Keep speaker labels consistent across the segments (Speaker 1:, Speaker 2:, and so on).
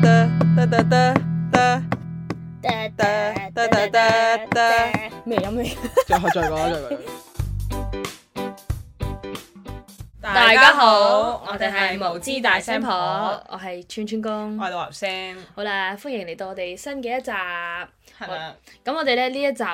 Speaker 1: 得得得得，
Speaker 2: 噠
Speaker 1: 噠噠噠噠噠
Speaker 2: 咩飲咩？
Speaker 1: 再再講再講。
Speaker 2: 大家好，我哋係無知大聲婆，我係串串公
Speaker 1: 我。係老牛聲，
Speaker 2: 好啦，歡迎嚟到我哋新嘅一集。咁
Speaker 1: 係啊啦，
Speaker 2: 我哋咧呢一集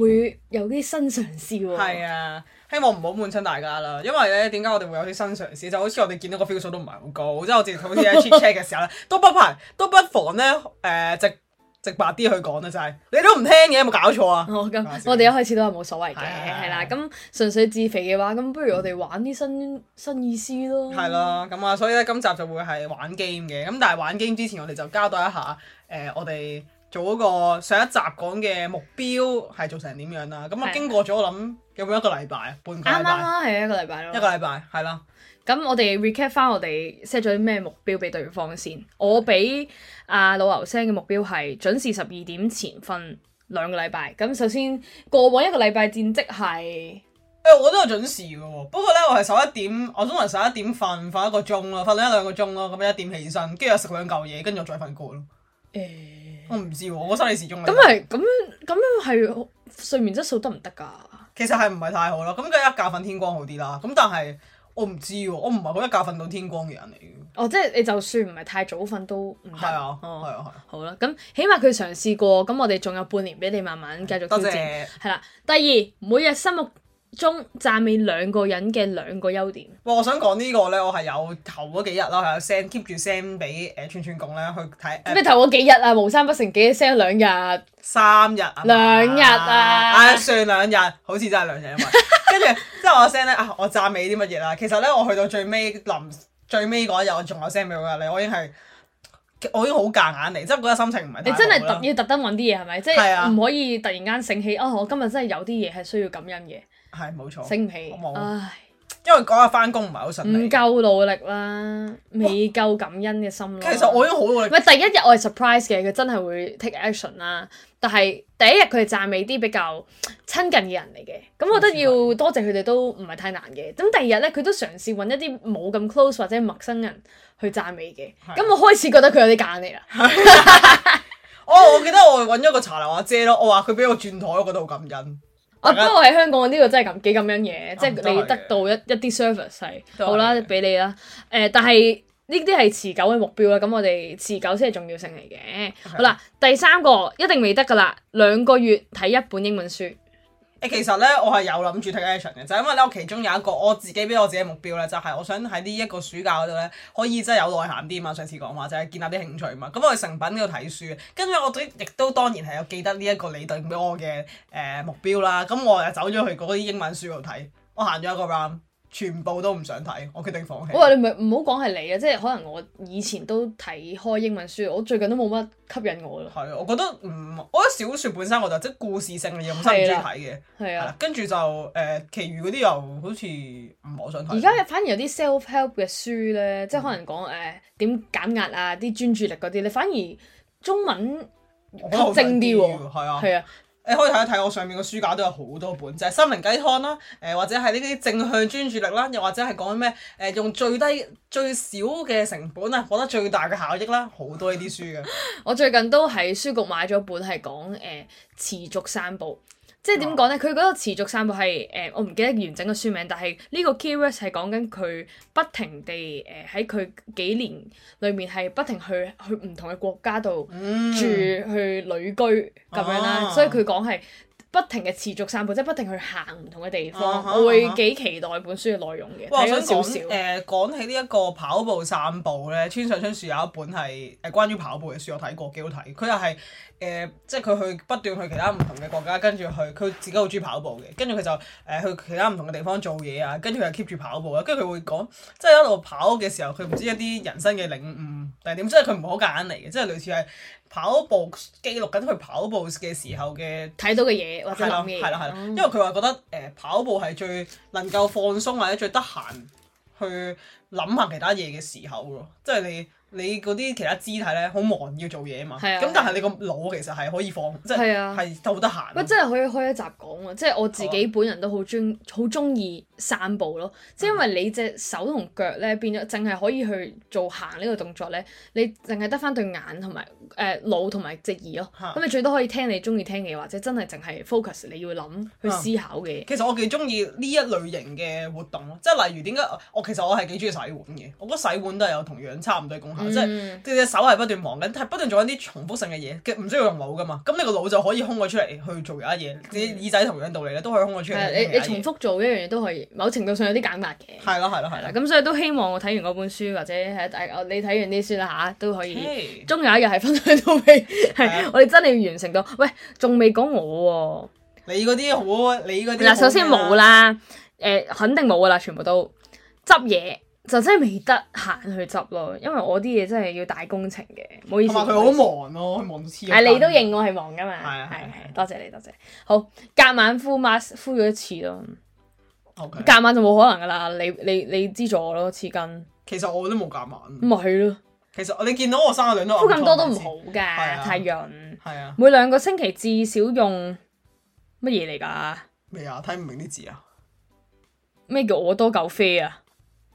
Speaker 2: 會有啲新嘗試喎。
Speaker 1: 係啊。希望唔好悶親大家啦，因為咧點解我哋會有啲新嘗試？就好似我哋見到個 feel 數都唔係好高，即係我之前好似喺 check check 嘅時候咧，都不排都不妨咧誒、呃直直白啲去講啦，就係、你都唔聽嘅，有冇搞錯啊？
Speaker 2: 哦，
Speaker 1: 講
Speaker 2: 咁
Speaker 1: 笑
Speaker 2: 我哋一開始都係冇所謂嘅，
Speaker 1: 係係
Speaker 2: 係啦。
Speaker 1: 係
Speaker 2: 咁純粹自肥嘅話，咁不如我哋玩啲新新意思咯。
Speaker 1: 係啦，咁啊，所以咧今集就會係玩 game 嘅，咁但係玩 game 之前，我哋就交代一下，誒、我哋做嗰個上一集講嘅目標係做成點樣啦。咁啊，
Speaker 2: 係
Speaker 1: 經過咗我諗有冇一個禮拜啊，半個
Speaker 2: 啱
Speaker 1: 禮拜，
Speaker 2: 啱啦，係一個禮拜咯。
Speaker 1: 一個禮拜係啦，
Speaker 2: 咁我哋 recap 翻我哋 set 咗啲咩目標俾對方先。我俾阿老牛聲嘅目標係準時十二點前瞓兩個禮拜。咁首先過往一個禮拜戰績係
Speaker 1: 誒、我都有準時嘅喎，不過咧我係十一點，我通常十一點瞓，瞓一個鐘咯，瞓一兩個鐘咯，咁一點起身，跟住又食兩嚿嘢，跟住我再瞓過咯。
Speaker 2: 誒
Speaker 1: 我唔知喎，我個生理時鐘嚟
Speaker 2: 咁係咁咁樣係睡眠質素得唔得㗎？
Speaker 1: 其實係唔係太好啦。咁梗係一覺瞓天光好啲啦。咁但係我唔知喎，我唔係好一覺瞓到天光嘅人嚟嘅。
Speaker 2: 哦，即係你就算唔係太早瞓都唔得。
Speaker 1: 係啊，係
Speaker 2: 哦，
Speaker 1: 啊，係啊。
Speaker 2: 好啦，咁起碼佢嘗試過，咁我哋仲有半年俾你慢慢繼續挑
Speaker 1: 多
Speaker 2: 戰。
Speaker 1: 謝。
Speaker 2: 係啦，第二每日心目中讚美兩個人嘅兩個優點。
Speaker 1: 哇！我想講呢個咧，我係有頭嗰幾日啦，係有 send keep 住 send 俾誒串串共咧去睇呃
Speaker 2: 咩
Speaker 1: 誒
Speaker 2: 頭嗰幾日啊，無三不成幾 send 兩日，
Speaker 1: 三日啊嘛，
Speaker 2: 兩日啊
Speaker 1: 唉算兩日，好似真係兩日，因為 跟住之後我 send 咧啊，我讚美啲乜嘢啦。其實咧，我去到最尾臨最尾嗰一日，我仲有 send 俾佢你，我已經係我已經好夾硬嚟，即係嗰日心情唔係
Speaker 2: 你
Speaker 1: 太
Speaker 2: 真係
Speaker 1: 好啦
Speaker 2: 特要特登揾啲嘢係咪？即
Speaker 1: 係啊
Speaker 2: 係唔可以突然間醒起，哦，我今日真係有啲嘢係需要感恩嘅，
Speaker 1: 係冇錯，
Speaker 2: 醒唔起
Speaker 1: 我冇，
Speaker 2: 唉，
Speaker 1: 因為嗰日翻工唔係好順
Speaker 2: 唔
Speaker 1: 利。
Speaker 2: 夠努力啦，未夠感恩嘅心咯。
Speaker 1: 其實我已經好努
Speaker 2: 唔
Speaker 1: 力，
Speaker 2: 係第一日我係 surprise 嘅，佢真係會 take action 啦。但係第一日佢係讚美啲比較親近嘅人嚟嘅，咁我覺得要多謝佢哋都唔係太難嘅。咁第二日咧，佢都嘗試揾一啲冇咁 close 或者陌生人去讚美嘅。
Speaker 1: 係
Speaker 2: 咁我開始覺得佢有啲揀你啦。
Speaker 1: 哦我我記得我揾咗個茶樓阿姐咯，我話佢俾我轉台，我覺得好感恩。大
Speaker 2: 啊，不
Speaker 1: 家啊
Speaker 2: 過喺香港呢個真係咁幾咁樣嘢，即係
Speaker 1: 都係
Speaker 2: 你
Speaker 1: 嘅
Speaker 2: 得到一一啲 service 係
Speaker 1: 都係
Speaker 2: 好啦，
Speaker 1: 嘅
Speaker 2: 俾你啦。誒、但係呢啲係持久嘅目標啦，咁我哋持久先係重要性嚟嘅。好啦，第三個一定未得㗎啦，兩個月睇一本英文書。
Speaker 1: 誒其實咧，我係有諗住 take action 嘅，就係因為咧，我其中有一個我自己俾我自己嘅目標咧，就係、我想喺呢一個暑假嗰度咧，可以真係有內涵啲嘛。上次講話就係、建立啲興趣嘛。咁我去成品嗰度睇書，跟住我都亦都當然係有記得呢一個你對俾我嘅誒、呃目標啦。咁我就走咗去嗰啲英文書嗰度睇，我行咗一個 round，全部都唔想睇，我決定放棄。
Speaker 2: 我話你咪唔好講係你啊，即係可能我以前都睇開英文書，我最近都冇乜吸引我咯。
Speaker 1: 係啊，我覺得唔，我覺得小説本身我就即係故事性嘅嘢，我真係唔中意睇嘅。
Speaker 2: 係
Speaker 1: 係
Speaker 2: 啊
Speaker 1: 啦，，跟住就誒、呃其餘嗰啲又好似唔係好想睇。
Speaker 2: 而家反而有啲 self help 嘅書咧，即係可能講誒點減壓啊、啲專注力嗰啲咧，反而中文
Speaker 1: 我覺得好睇
Speaker 2: 正啲喎
Speaker 1: 係啊。
Speaker 2: 係啊，
Speaker 1: 你可以睇一睇我上面個書架都有好多本，就係、心靈雞湯啦，誒、或者係呢啲正向專注力啦，又或者係講咩誒用最低最少嘅成本啊，獲得最大嘅效益啦，好多呢啲書嘅。
Speaker 2: 我最近都喺書局買咗本係講誒持續散步。即
Speaker 1: 哦
Speaker 2: 係點講咧？佢嗰個持續散步係誒、呃我唔記得完整嘅書名，但係呢個 keyword 係講緊佢不停地誒喺佢幾年裏面係不停去去唔同嘅國家度
Speaker 1: 嗯，
Speaker 2: 住去旅居咁樣啦，
Speaker 1: 啊
Speaker 2: 所以佢講係不停嘅持續散步，即係不停去行唔同嘅地
Speaker 1: 啊
Speaker 2: 方。
Speaker 1: 哈
Speaker 2: 我會
Speaker 1: 啊哈
Speaker 2: 幾期待本書嘅內容嘅，
Speaker 1: 哇！我
Speaker 2: 睇
Speaker 1: 想
Speaker 2: 咗少
Speaker 1: 講
Speaker 2: 少
Speaker 1: 誒、。講起呢一個跑步散步咧，村上春樹有一本係誒關於跑步嘅書，我睇過，幾好睇。佢又係誒，即係佢去不斷去其他唔同嘅國家，跟住去佢自己好中意跑步嘅，跟住佢就誒、去其他唔同嘅地方做嘢啊，跟住佢就 keep 住跑步啊，跟住佢會講，即係一路跑嘅時候，佢唔知一啲人生嘅領悟定係點，即係佢唔係好夾硬嚟嘅，即係類似係跑步記錄緊佢跑步嘅時候嘅
Speaker 2: 睇到嘅嘢或者
Speaker 1: 係啦，
Speaker 2: 諗嘅嘢，
Speaker 1: 係啦，係啦，因
Speaker 2: 嗯
Speaker 1: 為佢話覺得誒、呃跑步係最能夠放鬆或者最得閒去諗下其他嘢嘅時候咯，即係你你嗰啲其他肢體咧好忙要做嘢啊嘛，
Speaker 2: 係啊
Speaker 1: 咁但係你個腦其實係可以放，即係
Speaker 2: 係啊
Speaker 1: 係好得閒
Speaker 2: 喂，
Speaker 1: 咯。啊
Speaker 2: 真係可以開一集講喎！即係我自己本人都好中好中意散步咯，即係因
Speaker 1: 嗯
Speaker 2: 為你隻手同腳咧變咗，淨係可以去做行呢個動作咧，你淨係得翻對眼同埋誒腦同埋隻耳咯。
Speaker 1: 嚇
Speaker 2: 咁你最多可以聽你中意聽嘅嘢，或者真係淨係 focus 你要諗去思考嘅嘢。
Speaker 1: 其實我幾中意呢一類型嘅活動咯，即係例如點解我其實我係幾中意洗碗嘅，我覺得洗碗都係有同樣差唔多嘅功效，啊即係
Speaker 2: 嗯
Speaker 1: 你隻手係不斷忙緊，係不斷做緊啲重複性嘅嘢，嘅唔需要用腦噶嘛，咁你個腦就可以空咗出嚟去做其他嘢，你耳仔同樣道理咧都可以空咗出
Speaker 2: 嗯
Speaker 1: 嚟
Speaker 2: 係啊
Speaker 1: 去
Speaker 2: 你
Speaker 1: 做其他
Speaker 2: 你
Speaker 1: 嘢。
Speaker 2: 重複做一樣嘢都可以，某程度上有啲減壓嘅。
Speaker 1: 係咯係咯係
Speaker 2: 係啦，
Speaker 1: 啦。
Speaker 2: 咁所以都希望我睇完嗰本書，或者係大我你睇完啲書啦吓，都可以。
Speaker 1: 嘿
Speaker 2: 終有一日係分享到俾，
Speaker 1: 啊
Speaker 2: 係我哋真係要完成到。喂，仲未講我
Speaker 1: 你嗰啲好，你嗰
Speaker 2: 喎、
Speaker 1: 啲
Speaker 2: 嗱，首先
Speaker 1: 好咩啊
Speaker 2: 冇啦，誒、肯定冇噶啦，全部都執嘢就真係未得閒去執咯，因為我啲嘢真係要大工程嘅，唔好意思。
Speaker 1: 同埋佢好
Speaker 2: 唔意思。
Speaker 1: 忙咯，佢忙到黐。
Speaker 2: 係你都。認我係忙噶嘛？
Speaker 1: 係啊係啊係
Speaker 2: 係
Speaker 1: 啊
Speaker 2: 係，多謝你多謝。好，隔晚敷 mask 敷咗一次咯，
Speaker 1: O K。
Speaker 2: 隔晚就冇可能噶啦。你你你資助我咯，黐筋
Speaker 1: 其實我都冇夾晚。
Speaker 2: 咪係咯，
Speaker 1: 其實你見到我生日兩都
Speaker 2: 嗯敷咁多都唔好。㗎，
Speaker 1: 啊
Speaker 2: 太潤。
Speaker 1: 係啊，
Speaker 2: 每兩個星期至少用乜嘢嚟㗎？
Speaker 1: 未啊，睇唔明啲字啊。
Speaker 2: 咩叫我多嚿啡啊？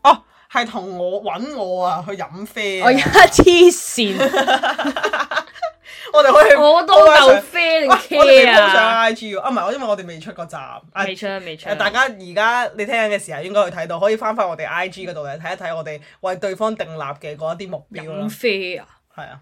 Speaker 1: 哦，係同我揾我啊，去飲啡啊。
Speaker 2: 我而家黐 線，
Speaker 1: 我哋可以
Speaker 2: 我多嚿啡定
Speaker 1: 我我哋未
Speaker 2: care
Speaker 1: 鋪上
Speaker 2: 啊？
Speaker 1: I G 啊，唔係，我因為我哋未出個集。啊
Speaker 2: 未出未出
Speaker 1: 誒，，大家而家你聽緊嘅時候應該去睇到，可以翻返我哋 I G 嗰度嚟睇一睇我哋為對方訂立嘅嗰一啲目標
Speaker 2: 飲
Speaker 1: 啦。
Speaker 2: 啡啊？
Speaker 1: 係啊，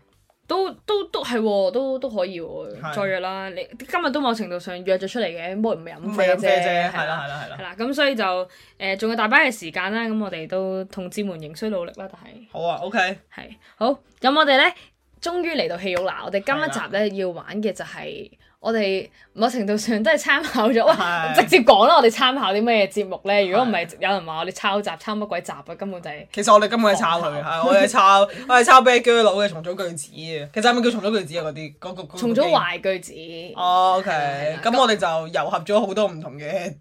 Speaker 2: 都都都係喎，都都可以喎，
Speaker 1: 係
Speaker 2: 再約啦。你今日都某程度上約咗出嚟嘅，不過唔係飲
Speaker 1: 唔
Speaker 2: 啡
Speaker 1: 係飲
Speaker 2: 啫，
Speaker 1: 啡啫，
Speaker 2: 係
Speaker 1: 係啦
Speaker 2: 啦
Speaker 1: 係啦係
Speaker 2: 係
Speaker 1: 啦。
Speaker 2: 啦。咁所以就誒仲有大把嘅時間啦，咁我哋都同志們仍需努力啦，但係。
Speaker 1: 好啊，OK，
Speaker 2: 係好，咁我哋咧，終於嚟到戲肉啦！我哋今
Speaker 1: 係啦
Speaker 2: 一集咧要玩嘅就係我哋某程度上都係參考咗，哇！
Speaker 1: 係
Speaker 2: 直接講啦，我哋參考啲咩節目咧？如果唔係，有人話我哋抄襲，抄乜鬼集啊？根本就係、
Speaker 1: 其實我哋今日係抄佢，係啊我哋係抄我哋抄啤居佬嘅重組句子嘅，其實係咪叫重組句子啊？嗰啲嗰個嗰個
Speaker 2: 重組壞句子。
Speaker 1: 哦，OK，
Speaker 2: 係啦
Speaker 1: 咁我哋就糅合咗好多唔同嘅，
Speaker 2: 係啦，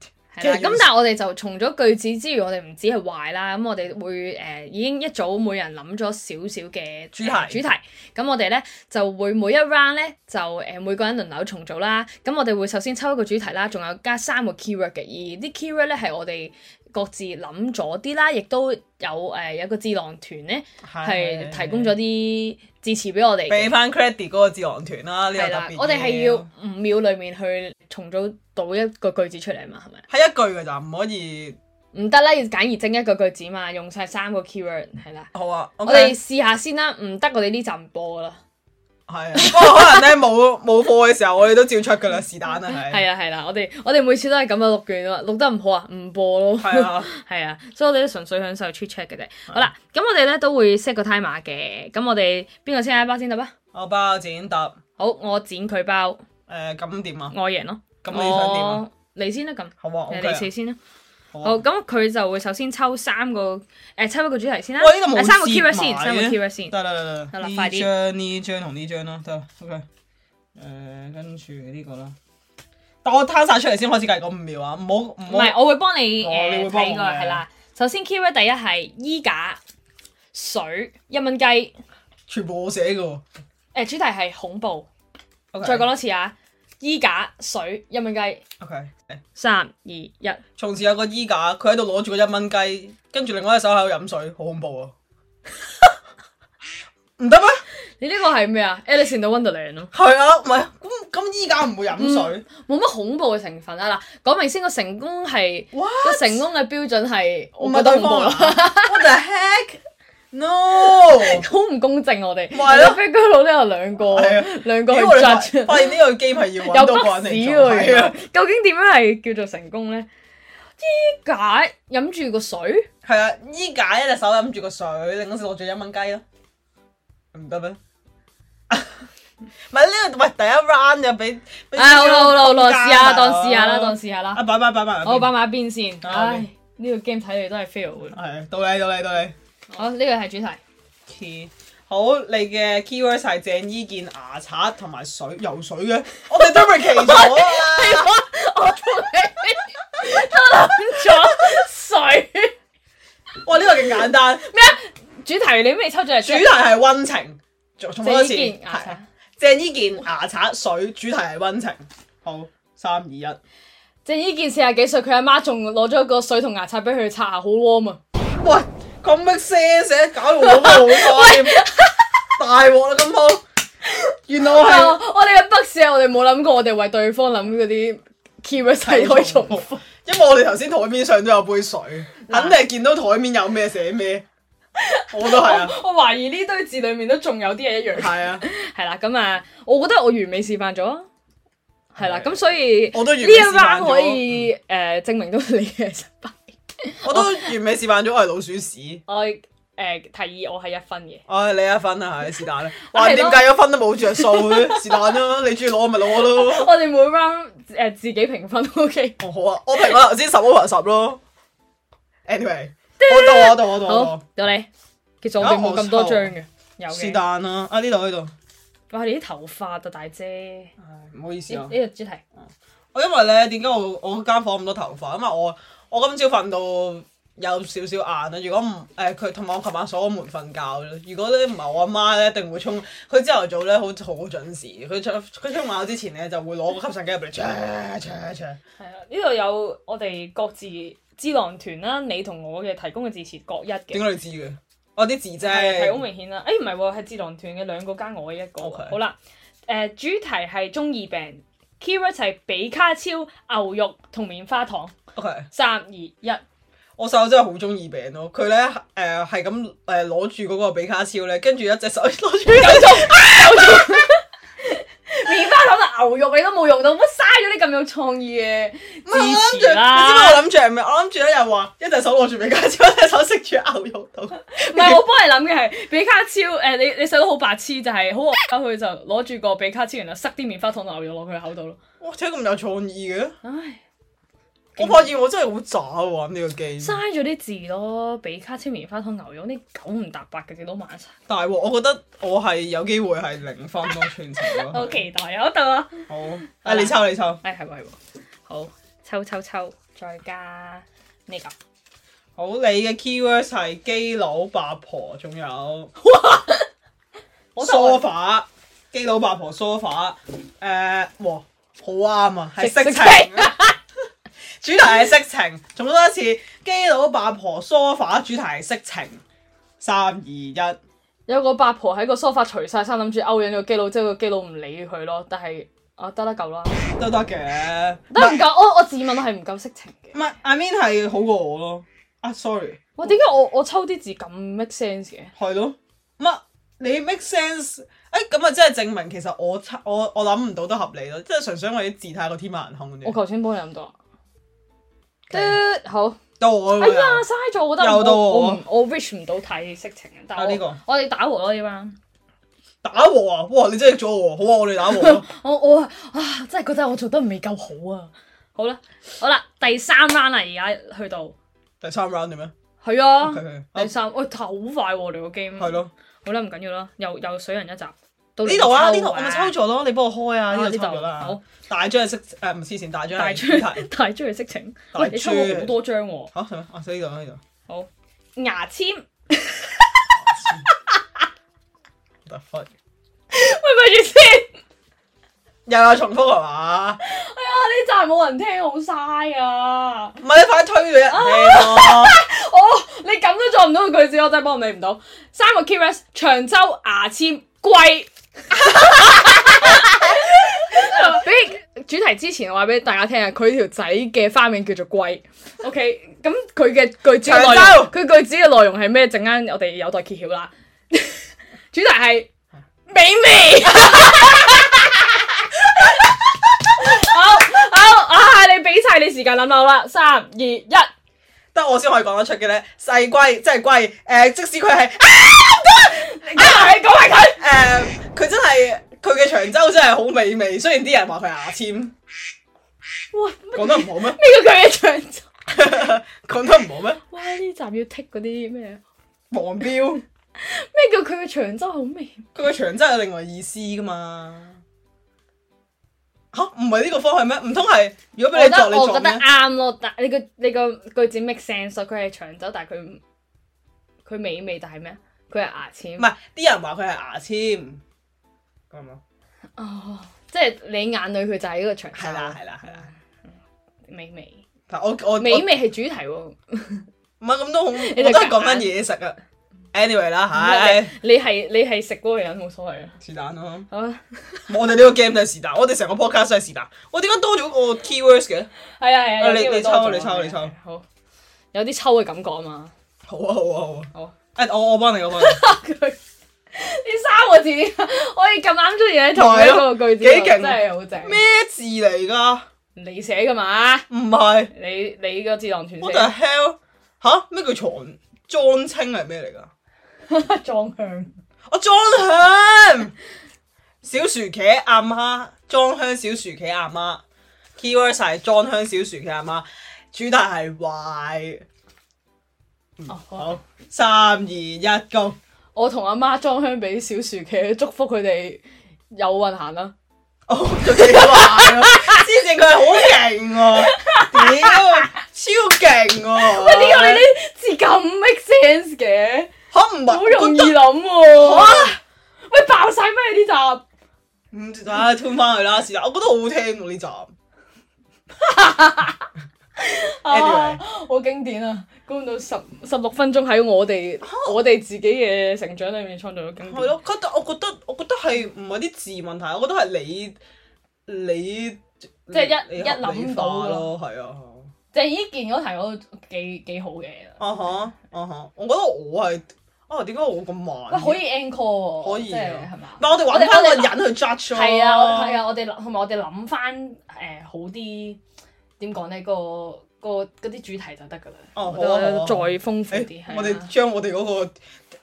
Speaker 1: 即係要
Speaker 2: 咁但係我哋就重咗句子之餘，我哋唔止係壞啦，咁我哋會誒、呃已經一早每人諗咗少少嘅
Speaker 1: 主題
Speaker 2: 呃主題，咁我哋咧就會每一 round 咧就誒、呃每個人輪流重組啦，咁我哋會首先抽一個主題啦，仲有加三個 keyword 嘅，而啲 keyword 咧係我哋各自諗咗啲啦，亦都有誒、呃有個智囊團咧係提供咗啲支持俾我哋嘅。
Speaker 1: 俾翻 credit 嗰個智囊團啦，呢個
Speaker 2: 係
Speaker 1: 特
Speaker 2: 啦
Speaker 1: 別，
Speaker 2: 我哋係
Speaker 1: 嘅
Speaker 2: 要五秒裏面去重組到一個句子出嚟嘛，係咪？
Speaker 1: 係一句㗎咋，唔可以
Speaker 2: 唔得啦，要簡而精一個句子嘛，用晒三個 keyword 係啦。
Speaker 1: 好啊，我
Speaker 2: 我哋試下先啦，唔得我哋呢集唔播啦。
Speaker 1: 係啊，不過可能咧冇冇課嘅時候，我哋都照出㗎啦，是但啦，係
Speaker 2: 係啊係啦，我哋我哋每次都係咁啊，錄完啊，錄得唔好啊，唔播咯。
Speaker 1: 係啊，
Speaker 2: 係啊，所以我哋都純粹享受 chit chat 嘅啫。好啦，咁我哋咧都會 set 個 timer 嘅。咁我哋邊個先嗌包先得啊？
Speaker 1: 我包剪揼
Speaker 2: 好，我剪佢包，
Speaker 1: 誒咁點啊？
Speaker 2: 我贏咯。
Speaker 1: 咁你想點啊
Speaker 2: 我？你先啦咁，
Speaker 1: 好啊
Speaker 2: 誒
Speaker 1: ，OK
Speaker 2: 你
Speaker 1: 啊
Speaker 2: 四先啦。
Speaker 1: 好
Speaker 2: 好，
Speaker 1: 啊，
Speaker 2: 咁佢就會首先抽三個，誒抽一個主題先啦。
Speaker 1: 哇呢度冇
Speaker 2: 誒三個
Speaker 1: 折
Speaker 2: keyword
Speaker 1: 埋
Speaker 2: 先，三個
Speaker 1: 嘅
Speaker 2: keyword 先。
Speaker 1: 得啦得啦
Speaker 2: 得
Speaker 1: 得
Speaker 2: 啦
Speaker 1: 啦，
Speaker 2: 快
Speaker 1: 呢
Speaker 2: 啲
Speaker 1: 張呢張同呢張啦，得啦，OK，誒跟住呢個啦，但我攤晒出嚟先開始計嗰五秒啊，唔好唔
Speaker 2: 唔
Speaker 1: 好。
Speaker 2: 係，我會幫你
Speaker 1: 哦你
Speaker 2: 誒
Speaker 1: 會幫
Speaker 2: 睇
Speaker 1: 我
Speaker 2: 個
Speaker 1: 嘅
Speaker 2: 係啦。首先 keyword 第一係衣架、水、一蚊雞。誒、
Speaker 1: 全部我寫嘅喎。
Speaker 2: 主題係恐怖。
Speaker 1: o k
Speaker 2: 再講多次啊！衣架、水、一蚊雞。
Speaker 1: OK，嚟
Speaker 2: 三二一，
Speaker 1: 從此有個衣架，佢喺度攞住個一蚊雞，跟住另外一隻手喺度飲水，好恐 怖啊！唔得咩？
Speaker 2: 你呢個係咩啊？Alice in the Wonderland 咯，
Speaker 1: 係啊，唔係咁咁衣架唔會飲水，
Speaker 2: 冇乜恐怖嘅成分啊！嗱，講明先個成功係
Speaker 1: What？
Speaker 2: 個成功嘅標準係，
Speaker 1: 唔
Speaker 2: 我覺
Speaker 1: 係
Speaker 2: 得
Speaker 1: 對方
Speaker 2: 恐怖
Speaker 1: 啊
Speaker 2: 啦，
Speaker 1: ！What the heck？No！
Speaker 2: 好唔公正我哋。
Speaker 1: 咪係咯
Speaker 2: 飛哥佬都有兩個
Speaker 1: 係啊，
Speaker 2: 兩個
Speaker 1: 因
Speaker 2: 去
Speaker 1: 為我哋發
Speaker 2: judge。
Speaker 1: 發現呢個 game 係要
Speaker 2: 有
Speaker 1: 揾到個人
Speaker 2: 北市
Speaker 1: 嚟做，
Speaker 2: 喎，原
Speaker 1: 係
Speaker 2: 來
Speaker 1: 啊，
Speaker 2: 究竟點樣係叫做成功咧？依家飲住個水，
Speaker 1: 係啊，衣架一隻手飲住個水，另一隻攞住一蚊雞咯，唔得咩？ 唔係呢個，喂第一 round 就俾俾
Speaker 2: 唉，好啦好啦好啦，
Speaker 1: 空間
Speaker 2: 試下啦
Speaker 1: 大佬
Speaker 2: 當試下啦，當試下啦
Speaker 1: 啊，，擺擺擺擺，
Speaker 2: 好擺埋一邊先。
Speaker 1: 擺埋一邊
Speaker 2: 唉，呢個 game 睇嚟都係 fail 嘅。
Speaker 1: 係到你到你到你。
Speaker 2: 好，呢個 係主題。
Speaker 1: key 好，你嘅 keywords 係鄭伊健牙刷同埋水游水 嘅，我哋都未期咗啊！
Speaker 2: 我同你都諗咗水
Speaker 1: 哇，呢個勁簡單，
Speaker 2: 咩啊？主題你未抽獎，
Speaker 1: 主題係温情，重重複多
Speaker 2: 鄭
Speaker 1: 次，
Speaker 2: 伊健牙
Speaker 1: 係
Speaker 2: 刷。
Speaker 1: 鄭伊健牙刷水，主題係温情。好，三二一，喂，
Speaker 2: 鄭伊健四十幾歲，佢阿媽仲攞咗個水同牙刷俾佢擦下，好 warm 啊！
Speaker 1: 咁 make sense，搞到我都好多添，大鑊啦今鋪，原來我
Speaker 2: 但
Speaker 1: 係。
Speaker 2: 我哋嘅北市係我哋冇諗過，我哋為對方諗嗰啲 keyword 係可以重複。
Speaker 1: 因為我哋頭先台面上都有杯水，
Speaker 2: 嗱
Speaker 1: 肯定係見到台面有咩寫咩，我都係啊，
Speaker 2: 我懷疑呢堆字裡面都仲有啲嘢一樣。
Speaker 1: 係 啊，
Speaker 2: 係啦，咁啊，我覺得我完美示範咗啊。係啦，
Speaker 1: 係啊
Speaker 2: 咁所以
Speaker 1: 我都完
Speaker 2: 呢
Speaker 1: 美
Speaker 2: 一
Speaker 1: 示範
Speaker 2: round 可
Speaker 1: 咗，
Speaker 2: 以誒、呃、證明到你嘅失敗。
Speaker 1: 我都完美示範咗我係老鼠屎。
Speaker 2: 我誒、呃提議我係一分嘅。
Speaker 1: 唉，你一分啊，係是 但啦，
Speaker 2: 我
Speaker 1: 橫
Speaker 2: 係咯
Speaker 1: 掂計咗分都冇着數嘅， 是但啦，你中意攞咪攞咯。
Speaker 2: 我哋每 round 誒、呃自己評分 OK。
Speaker 1: 哦好啊，我評我頭先十 over 十咯。anyway，我到我到我到我
Speaker 2: 好
Speaker 1: 到，，
Speaker 2: 到你。其實我哋冇咁多張
Speaker 1: 哦
Speaker 2: 嘅，有
Speaker 1: 是
Speaker 2: 嘅。
Speaker 1: 但啦，啊呢度呢度，
Speaker 2: 哇！你啲頭髮啊，大姐。
Speaker 1: 唉唔好意思
Speaker 2: 呢
Speaker 1: 啊。
Speaker 2: 呢個主題。
Speaker 1: 我哦因為咧，點解我我間房咁多頭髮？因為我我今朝瞓到有少少晏啦。如果唔誒佢同埋我琴晚鎖咗門瞓覺啦。如果咧唔係我阿媽咧，一定會沖。佢朝頭早咧好好準時，佢沖佢沖晚之前咧就會攞個吸塵機入嚟，唰唰唰。
Speaker 2: 係啊，呢度有我哋各自智囊團啦，你同我嘅提供嘅字詞各一嘅。
Speaker 1: 點解你知嘅？我啲字
Speaker 2: 係係好
Speaker 1: 啫。
Speaker 2: 明顯啦。誒唔係喎，係智囊團嘅兩個加我嘅一個。
Speaker 1: OK
Speaker 2: 好啦，誒、主題係中二病，keyword 係比卡超、牛肉同棉花糖。
Speaker 1: OK，
Speaker 2: 三二一，
Speaker 1: 我細佬真係好中意病咯。佢咧誒係咁誒攞住嗰個比卡超咧，跟住一隻手 攞住。
Speaker 2: 棉花糖同牛肉你都冇用到，乜嘥咗啲咁有創意嘅
Speaker 1: 唔係我諗
Speaker 2: 字
Speaker 1: 住，
Speaker 2: 詞啦。
Speaker 1: 你知唔知我諗住係咩？我諗住咧又話一隻手攞住比卡超，一隻手食住牛肉凍。
Speaker 2: 唔係，我幫你諗嘅係比卡超誒、你你細佬好白痴，就係好惡搞佢就攞住個比卡超，然後塞啲棉花糖同牛肉落佢口度咯。
Speaker 1: 哇！點解咁有創意嘅？
Speaker 2: 唉，
Speaker 1: 我發現我真係好渣喎玩呢個 game。
Speaker 2: 嘥咗啲字咯，比卡超、棉花糖、牛肉呢九唔搭八嘅幾多啊晚餐，
Speaker 1: 大鑊！我覺得我係有機會係零分咯，全程咯。
Speaker 2: 好期待啊！我到啊，
Speaker 1: 好，啊你抽你抽，
Speaker 2: 哎唉係喎係喎，好抽抽抽，再加呢、個，
Speaker 1: 好你嘅 keywords 係基佬八婆，仲有
Speaker 2: 我覺得我
Speaker 1: sofa 基佬八婆 sofa，誒哇好啱啊，係
Speaker 2: 色
Speaker 1: 色情
Speaker 2: 情。
Speaker 1: 主題係色情，重複多一次，基佬八婆 sofa 主題係色情，三二一。
Speaker 2: 有個八婆喺個 sofa 除晒衫，諗住勾引個基佬，之後個基佬唔理佢咯，但係啊得啦夠啦，
Speaker 1: 都得嘅，
Speaker 2: 得唔夠？我我自問我係唔夠色情嘅
Speaker 1: 唔。係，I mean 係好過我咯。啊，sorry，
Speaker 2: 哇！點解我我抽啲字咁 make sense 嘅？
Speaker 1: 係咯，乜你 make sense？誒咁啊，真係證明其實我差我我諗唔到都合理咯，即係純粹因為啲字太過天馬行空
Speaker 2: 我
Speaker 1: 啫。
Speaker 2: 頭先幫你諗到啦。
Speaker 1: Okay
Speaker 2: 嘟好，
Speaker 1: 到我啦
Speaker 2: 哎呀，嘥咗！我覺得
Speaker 1: 又到
Speaker 2: 我
Speaker 1: 我
Speaker 2: 我唔我 reach 唔到睇色情嘅，但
Speaker 1: 啊呢
Speaker 2: 係我
Speaker 1: 個
Speaker 2: 我哋打和咯呢 round。
Speaker 1: 打和啊！哇，你真係咗我，好啊，我哋打和 咯。
Speaker 2: 我我啊，真係覺得我做得未夠好啊！好啦，好啦，第三 round 啦，而家去到
Speaker 1: 第三 round 點樣？
Speaker 2: 係啊，
Speaker 1: 佢
Speaker 2: 第三，喂，頭好快喎，我哋個 game
Speaker 1: 係，咯，
Speaker 2: 好啦，唔緊要啦，又又水人一集到你
Speaker 1: 呢度啊，
Speaker 2: 抽
Speaker 1: 呢度我咪抽咗咯，你幫我開啊，
Speaker 2: 啊
Speaker 1: 呢
Speaker 2: 呢
Speaker 1: 度抽咗
Speaker 2: 度
Speaker 1: 啦
Speaker 2: 好。
Speaker 1: 大張係色誒唔黐線，大張
Speaker 2: 大
Speaker 1: 係
Speaker 2: 張
Speaker 1: 主題。
Speaker 2: 大中意色情，
Speaker 1: 大
Speaker 2: 喂，你抽過
Speaker 1: 張
Speaker 2: 好多張喎，
Speaker 1: 嚇係咩？啊，所以呢度呢度。
Speaker 2: 好 牙籤。
Speaker 1: The fuck？
Speaker 2: 喂，咪住先，
Speaker 1: 又有重複係嘛？
Speaker 2: 哎呀，呢集冇人聽，好嘥啊！
Speaker 1: 唔係你快推咗人哋咯。
Speaker 2: 哦，你咁都做唔到個句子，我真係幫你唔到。三個 keywords：長洲、牙籤、 貴。俾主題之前，我話俾大家聽啊，佢條仔嘅花名叫做貴。OK，咁佢嘅句子嘅內容
Speaker 1: 長洲
Speaker 2: 佢句子嘅內容係咩？陣間我哋有待揭曉啦。 主題係美味。 好好啊！你俾晒你時間諗諗啦，三二一。
Speaker 1: 得我先可以講得出嘅咧，細龜真係龜，誒、即使佢係
Speaker 2: 啊！你講埋佢。
Speaker 1: 誒，佢、真係佢嘅長洲真係好美味，雖然啲人話佢牙籤，
Speaker 2: 哇！
Speaker 1: 講得唔好咩？
Speaker 2: 咩叫佢嘅長洲？
Speaker 1: 講得唔好咩？
Speaker 2: 哇！呢集要剔嗰啲咩？啊咩
Speaker 1: 黃標，
Speaker 2: 叫佢嘅長洲好味？
Speaker 1: 佢嘅長洲有另外意思噶嘛？吓、唔係呢個方向咩？唔通係如
Speaker 2: 我
Speaker 1: 果俾
Speaker 2: 覺
Speaker 1: 你作
Speaker 2: 得
Speaker 1: 你作
Speaker 2: 我覺得
Speaker 1: 咩？啊
Speaker 2: 啱咯，但你個你個句子 make sense 咯佢係長洲，但係佢唔佢美味，但係咩？啊佢係牙籤
Speaker 1: 唔。係啲人話佢係牙籤，咁咯，
Speaker 2: 哦，即係你眼裏佢就係一個長壽。
Speaker 1: 係啦係啦係啦。
Speaker 2: 美味，
Speaker 1: 但我我我
Speaker 2: 美味係主題喎。
Speaker 1: 唔係咁都好，我都
Speaker 2: 就
Speaker 1: 係講緊嘢食啊。anyway 啦，唉，
Speaker 2: 你係你係食嗰個人冇所謂啊。
Speaker 1: 是但咯。
Speaker 2: 好啊，
Speaker 1: 我哋呢個 game 就係是但，我哋成個 podcast 都係是但。我點解多咗個 keywords 嘅？
Speaker 2: 係啊係啊。
Speaker 1: 啊你
Speaker 2: 有機會
Speaker 1: 你抽
Speaker 2: 多咗
Speaker 1: 你抽
Speaker 2: 係啊
Speaker 1: 你抽
Speaker 2: 係啊好，有啲抽嘅感覺啊嘛。
Speaker 1: 好啊好啊好啊。
Speaker 2: 好。
Speaker 1: 誒我我幫你我幫你。
Speaker 2: 佢 呢三個字，我哋咁啱出現喺同
Speaker 1: 咪係
Speaker 2: 一
Speaker 1: 咯
Speaker 2: 個句子
Speaker 1: 幾勁
Speaker 2: 度，真係好 正。
Speaker 1: 咩字嚟㗎？
Speaker 2: 你寫噶嘛？
Speaker 1: 唔係
Speaker 2: 你你個字浪全
Speaker 1: ，what the
Speaker 2: 寫
Speaker 1: hell？吓？咩叫床裝清係咩嚟㗎？
Speaker 2: 撞向。
Speaker 1: 我裝香小薯茄阿媽，裝香小薯茄阿媽，keyword 係裝香小薯茄阿媽，主題係壞。
Speaker 2: 哦，好啊
Speaker 1: 嗯好，三二一，go！
Speaker 2: 我同阿媽裝香俾小薯茄，祝福佢哋有運行啊啦。
Speaker 1: 哦，佢幾壞咯，之前佢係好勁喎，屌，超勁喎！
Speaker 2: 喂，點解你啲字咁 make sense 嘅？
Speaker 1: 嚇唔係
Speaker 2: 好容易
Speaker 1: 覺得
Speaker 2: 諗啊喎。喂，爆晒咩呢
Speaker 1: 唔知唉，吞翻佢啦，是但，我覺得好好聽喎呢集。
Speaker 2: 集？啊，好經典啊！講到十十六分鐘喺我哋我哋自己嘅成長裏面創造咗經典。
Speaker 1: 係咯，覺得我覺得我覺得係唔係啲字問題，我覺得係你你即
Speaker 2: 係一
Speaker 1: 你
Speaker 2: 一
Speaker 1: 合理化
Speaker 2: 諗到
Speaker 1: 咯，係啊。
Speaker 2: 就係呢件嗰題我都幾幾好嘅。
Speaker 1: 啊哈啊哈，我覺得我係啊點解我咁慢
Speaker 2: 喂，
Speaker 1: 嘅？
Speaker 2: 可以 encore 喎，
Speaker 1: 可以
Speaker 2: 即係係
Speaker 1: 啊
Speaker 2: 嘛，
Speaker 1: 唔？係我哋
Speaker 2: 我哋
Speaker 1: 揾翻個
Speaker 2: 我哋諗
Speaker 1: 人去 judge 咯。
Speaker 2: 係啊，我係啊，我哋諗同埋我哋諗翻誒好啲點講咧，個個嗰啲主題就得㗎啦。
Speaker 1: 哦
Speaker 2: 我覺得
Speaker 1: 好啊好啊
Speaker 2: 再豐富啲
Speaker 1: 誒，
Speaker 2: 係啊
Speaker 1: 我哋將我哋嗰個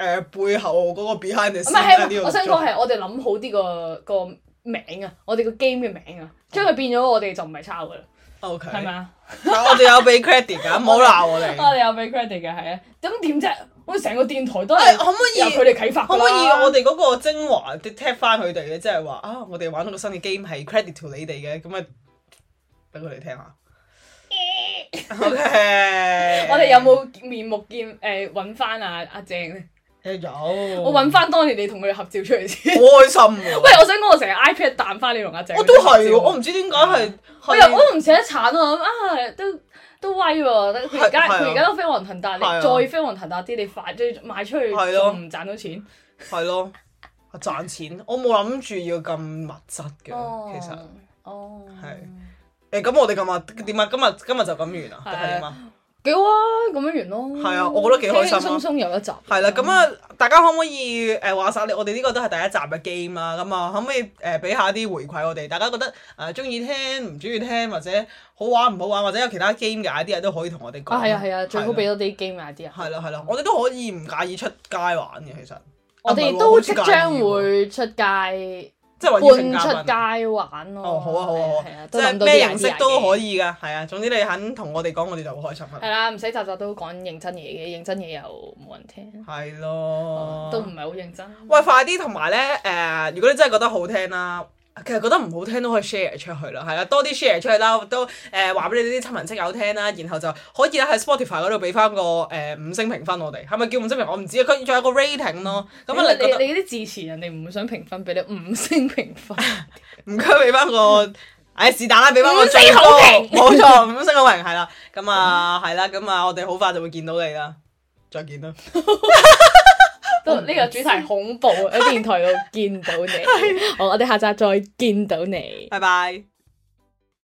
Speaker 1: 誒背後嗰個 behind the
Speaker 2: 唔
Speaker 1: scene
Speaker 2: 係
Speaker 1: 喺呢
Speaker 2: 係，
Speaker 1: 度
Speaker 2: 我想
Speaker 1: 做
Speaker 2: 講係我哋諗好啲個個名啊，我哋個 game 嘅名啊，將佢變咗我哋就唔係抄㗎啦，
Speaker 1: OK，
Speaker 2: 係咪啊？
Speaker 1: 但我哋有俾 credit 㗎，唔好鬧我
Speaker 2: 我
Speaker 1: 哋。
Speaker 2: 哋有俾 credit 嘅係啊，咁點啫？我哋成個電台都
Speaker 1: 誒
Speaker 2: 係
Speaker 1: 可唔可
Speaker 2: 由佢
Speaker 1: 以？
Speaker 2: 哋啟發
Speaker 1: 可
Speaker 2: 㗎
Speaker 1: 唔
Speaker 2: 啦
Speaker 1: 可以我哋嗰個精華 detect 翻佢哋嘅，即係話啊，我哋玩咗個新嘅 game 係 credit to 你哋嘅，咁啊俾佢哋聽 下。OK，
Speaker 2: 我哋有冇面目見誒揾翻阿阿鄭咧？
Speaker 1: 誒有？
Speaker 2: 我揾翻當年你同佢合照出嚟先。
Speaker 1: 好開心喎！
Speaker 2: 喂，我想講我成日 iPad 彈翻你同阿鄭嗰啲
Speaker 1: 我
Speaker 2: 合照。
Speaker 1: 都係喎，我唔知點解係
Speaker 2: 我
Speaker 1: 係
Speaker 2: 嗯又我都唔捨得鏟我諗啊，都都威喎！佢而家
Speaker 1: 係係啊
Speaker 2: 佢而家都飛黃騰達，你
Speaker 1: 係啊
Speaker 2: 再飛黃騰達啲，你快啲賣出去，
Speaker 1: 係咯
Speaker 2: 仲唔賺到錢？
Speaker 1: 係咯，賺錢我冇諗住要咁物質嘅，其實
Speaker 2: 哦，
Speaker 1: 係誒咁我哋今日點啊？今日今日就咁完啊？定係點啊？
Speaker 2: 幾好啊！咁樣完咯。
Speaker 1: 係啊我覺得幾開心啊
Speaker 2: 輕輕鬆鬆有一集。
Speaker 1: 係啦，咁啊，大家可唔可以誒、話晒你？我哋呢個都係第一集嘅 game 啦，咁啊，可唔可以誒俾、下啲回饋我哋？大家覺得誒中意聽唔中意聽，或者好玩唔好玩，或者有其他 game 嘅 idea 都可以同我哋講。
Speaker 2: 啊係啊係啊，最好俾
Speaker 1: 係啦
Speaker 2: 多啲 game idea。
Speaker 1: 係啦係啦，我哋都可以唔介意出街玩嘅，其實
Speaker 2: 我哋都即將會出街。
Speaker 1: 即係話
Speaker 2: 搬
Speaker 1: 邀請嘉
Speaker 2: 出
Speaker 1: 賓
Speaker 2: 街玩咯。
Speaker 1: 哦，好啊，好啊，好
Speaker 2: 係
Speaker 1: 啊
Speaker 2: 啊，，
Speaker 1: 即
Speaker 2: 都諗
Speaker 1: 係
Speaker 2: 到啲
Speaker 1: 咩形
Speaker 2: idea
Speaker 1: 式都可
Speaker 2: 嘅。
Speaker 1: 以㗎，係啊。總之你肯同我哋講，我哋就好開心㗎
Speaker 2: 係
Speaker 1: 啦。
Speaker 2: 啦，唔使集集都講認真嘢嘅，認真嘢又冇人聽，
Speaker 1: 係咯，
Speaker 2: 哦都唔係好認真。
Speaker 1: 喂，快啲同埋咧誒，如果你真係覺得好聽啦。其實覺得唔好聽都可以 share 出去啦，係啦，多啲 share 出去啦，都誒話俾你啲親朋戚友聽啦，然後就可以咧喺 Spotify 嗰度俾翻個誒、五星評分我哋，係咪叫五星評？我唔知啊，佢仲有個 rating 咯，咁
Speaker 2: 咁啊，
Speaker 1: 啊你覺得
Speaker 2: 你你啲字詞人哋唔會想評分俾你五星 評分，
Speaker 1: 唔該俾翻 個，唉是但啦，俾翻個
Speaker 2: 五星
Speaker 1: 最高，
Speaker 2: 好評
Speaker 1: 冇錯，五星好評係啦，咁啊係啦，咁啊我哋好快就會見到你啦，再見啦，
Speaker 2: 都呢個主題恐怖喺電台度見到你，好，我哋下集再見到你。
Speaker 1: 拜拜。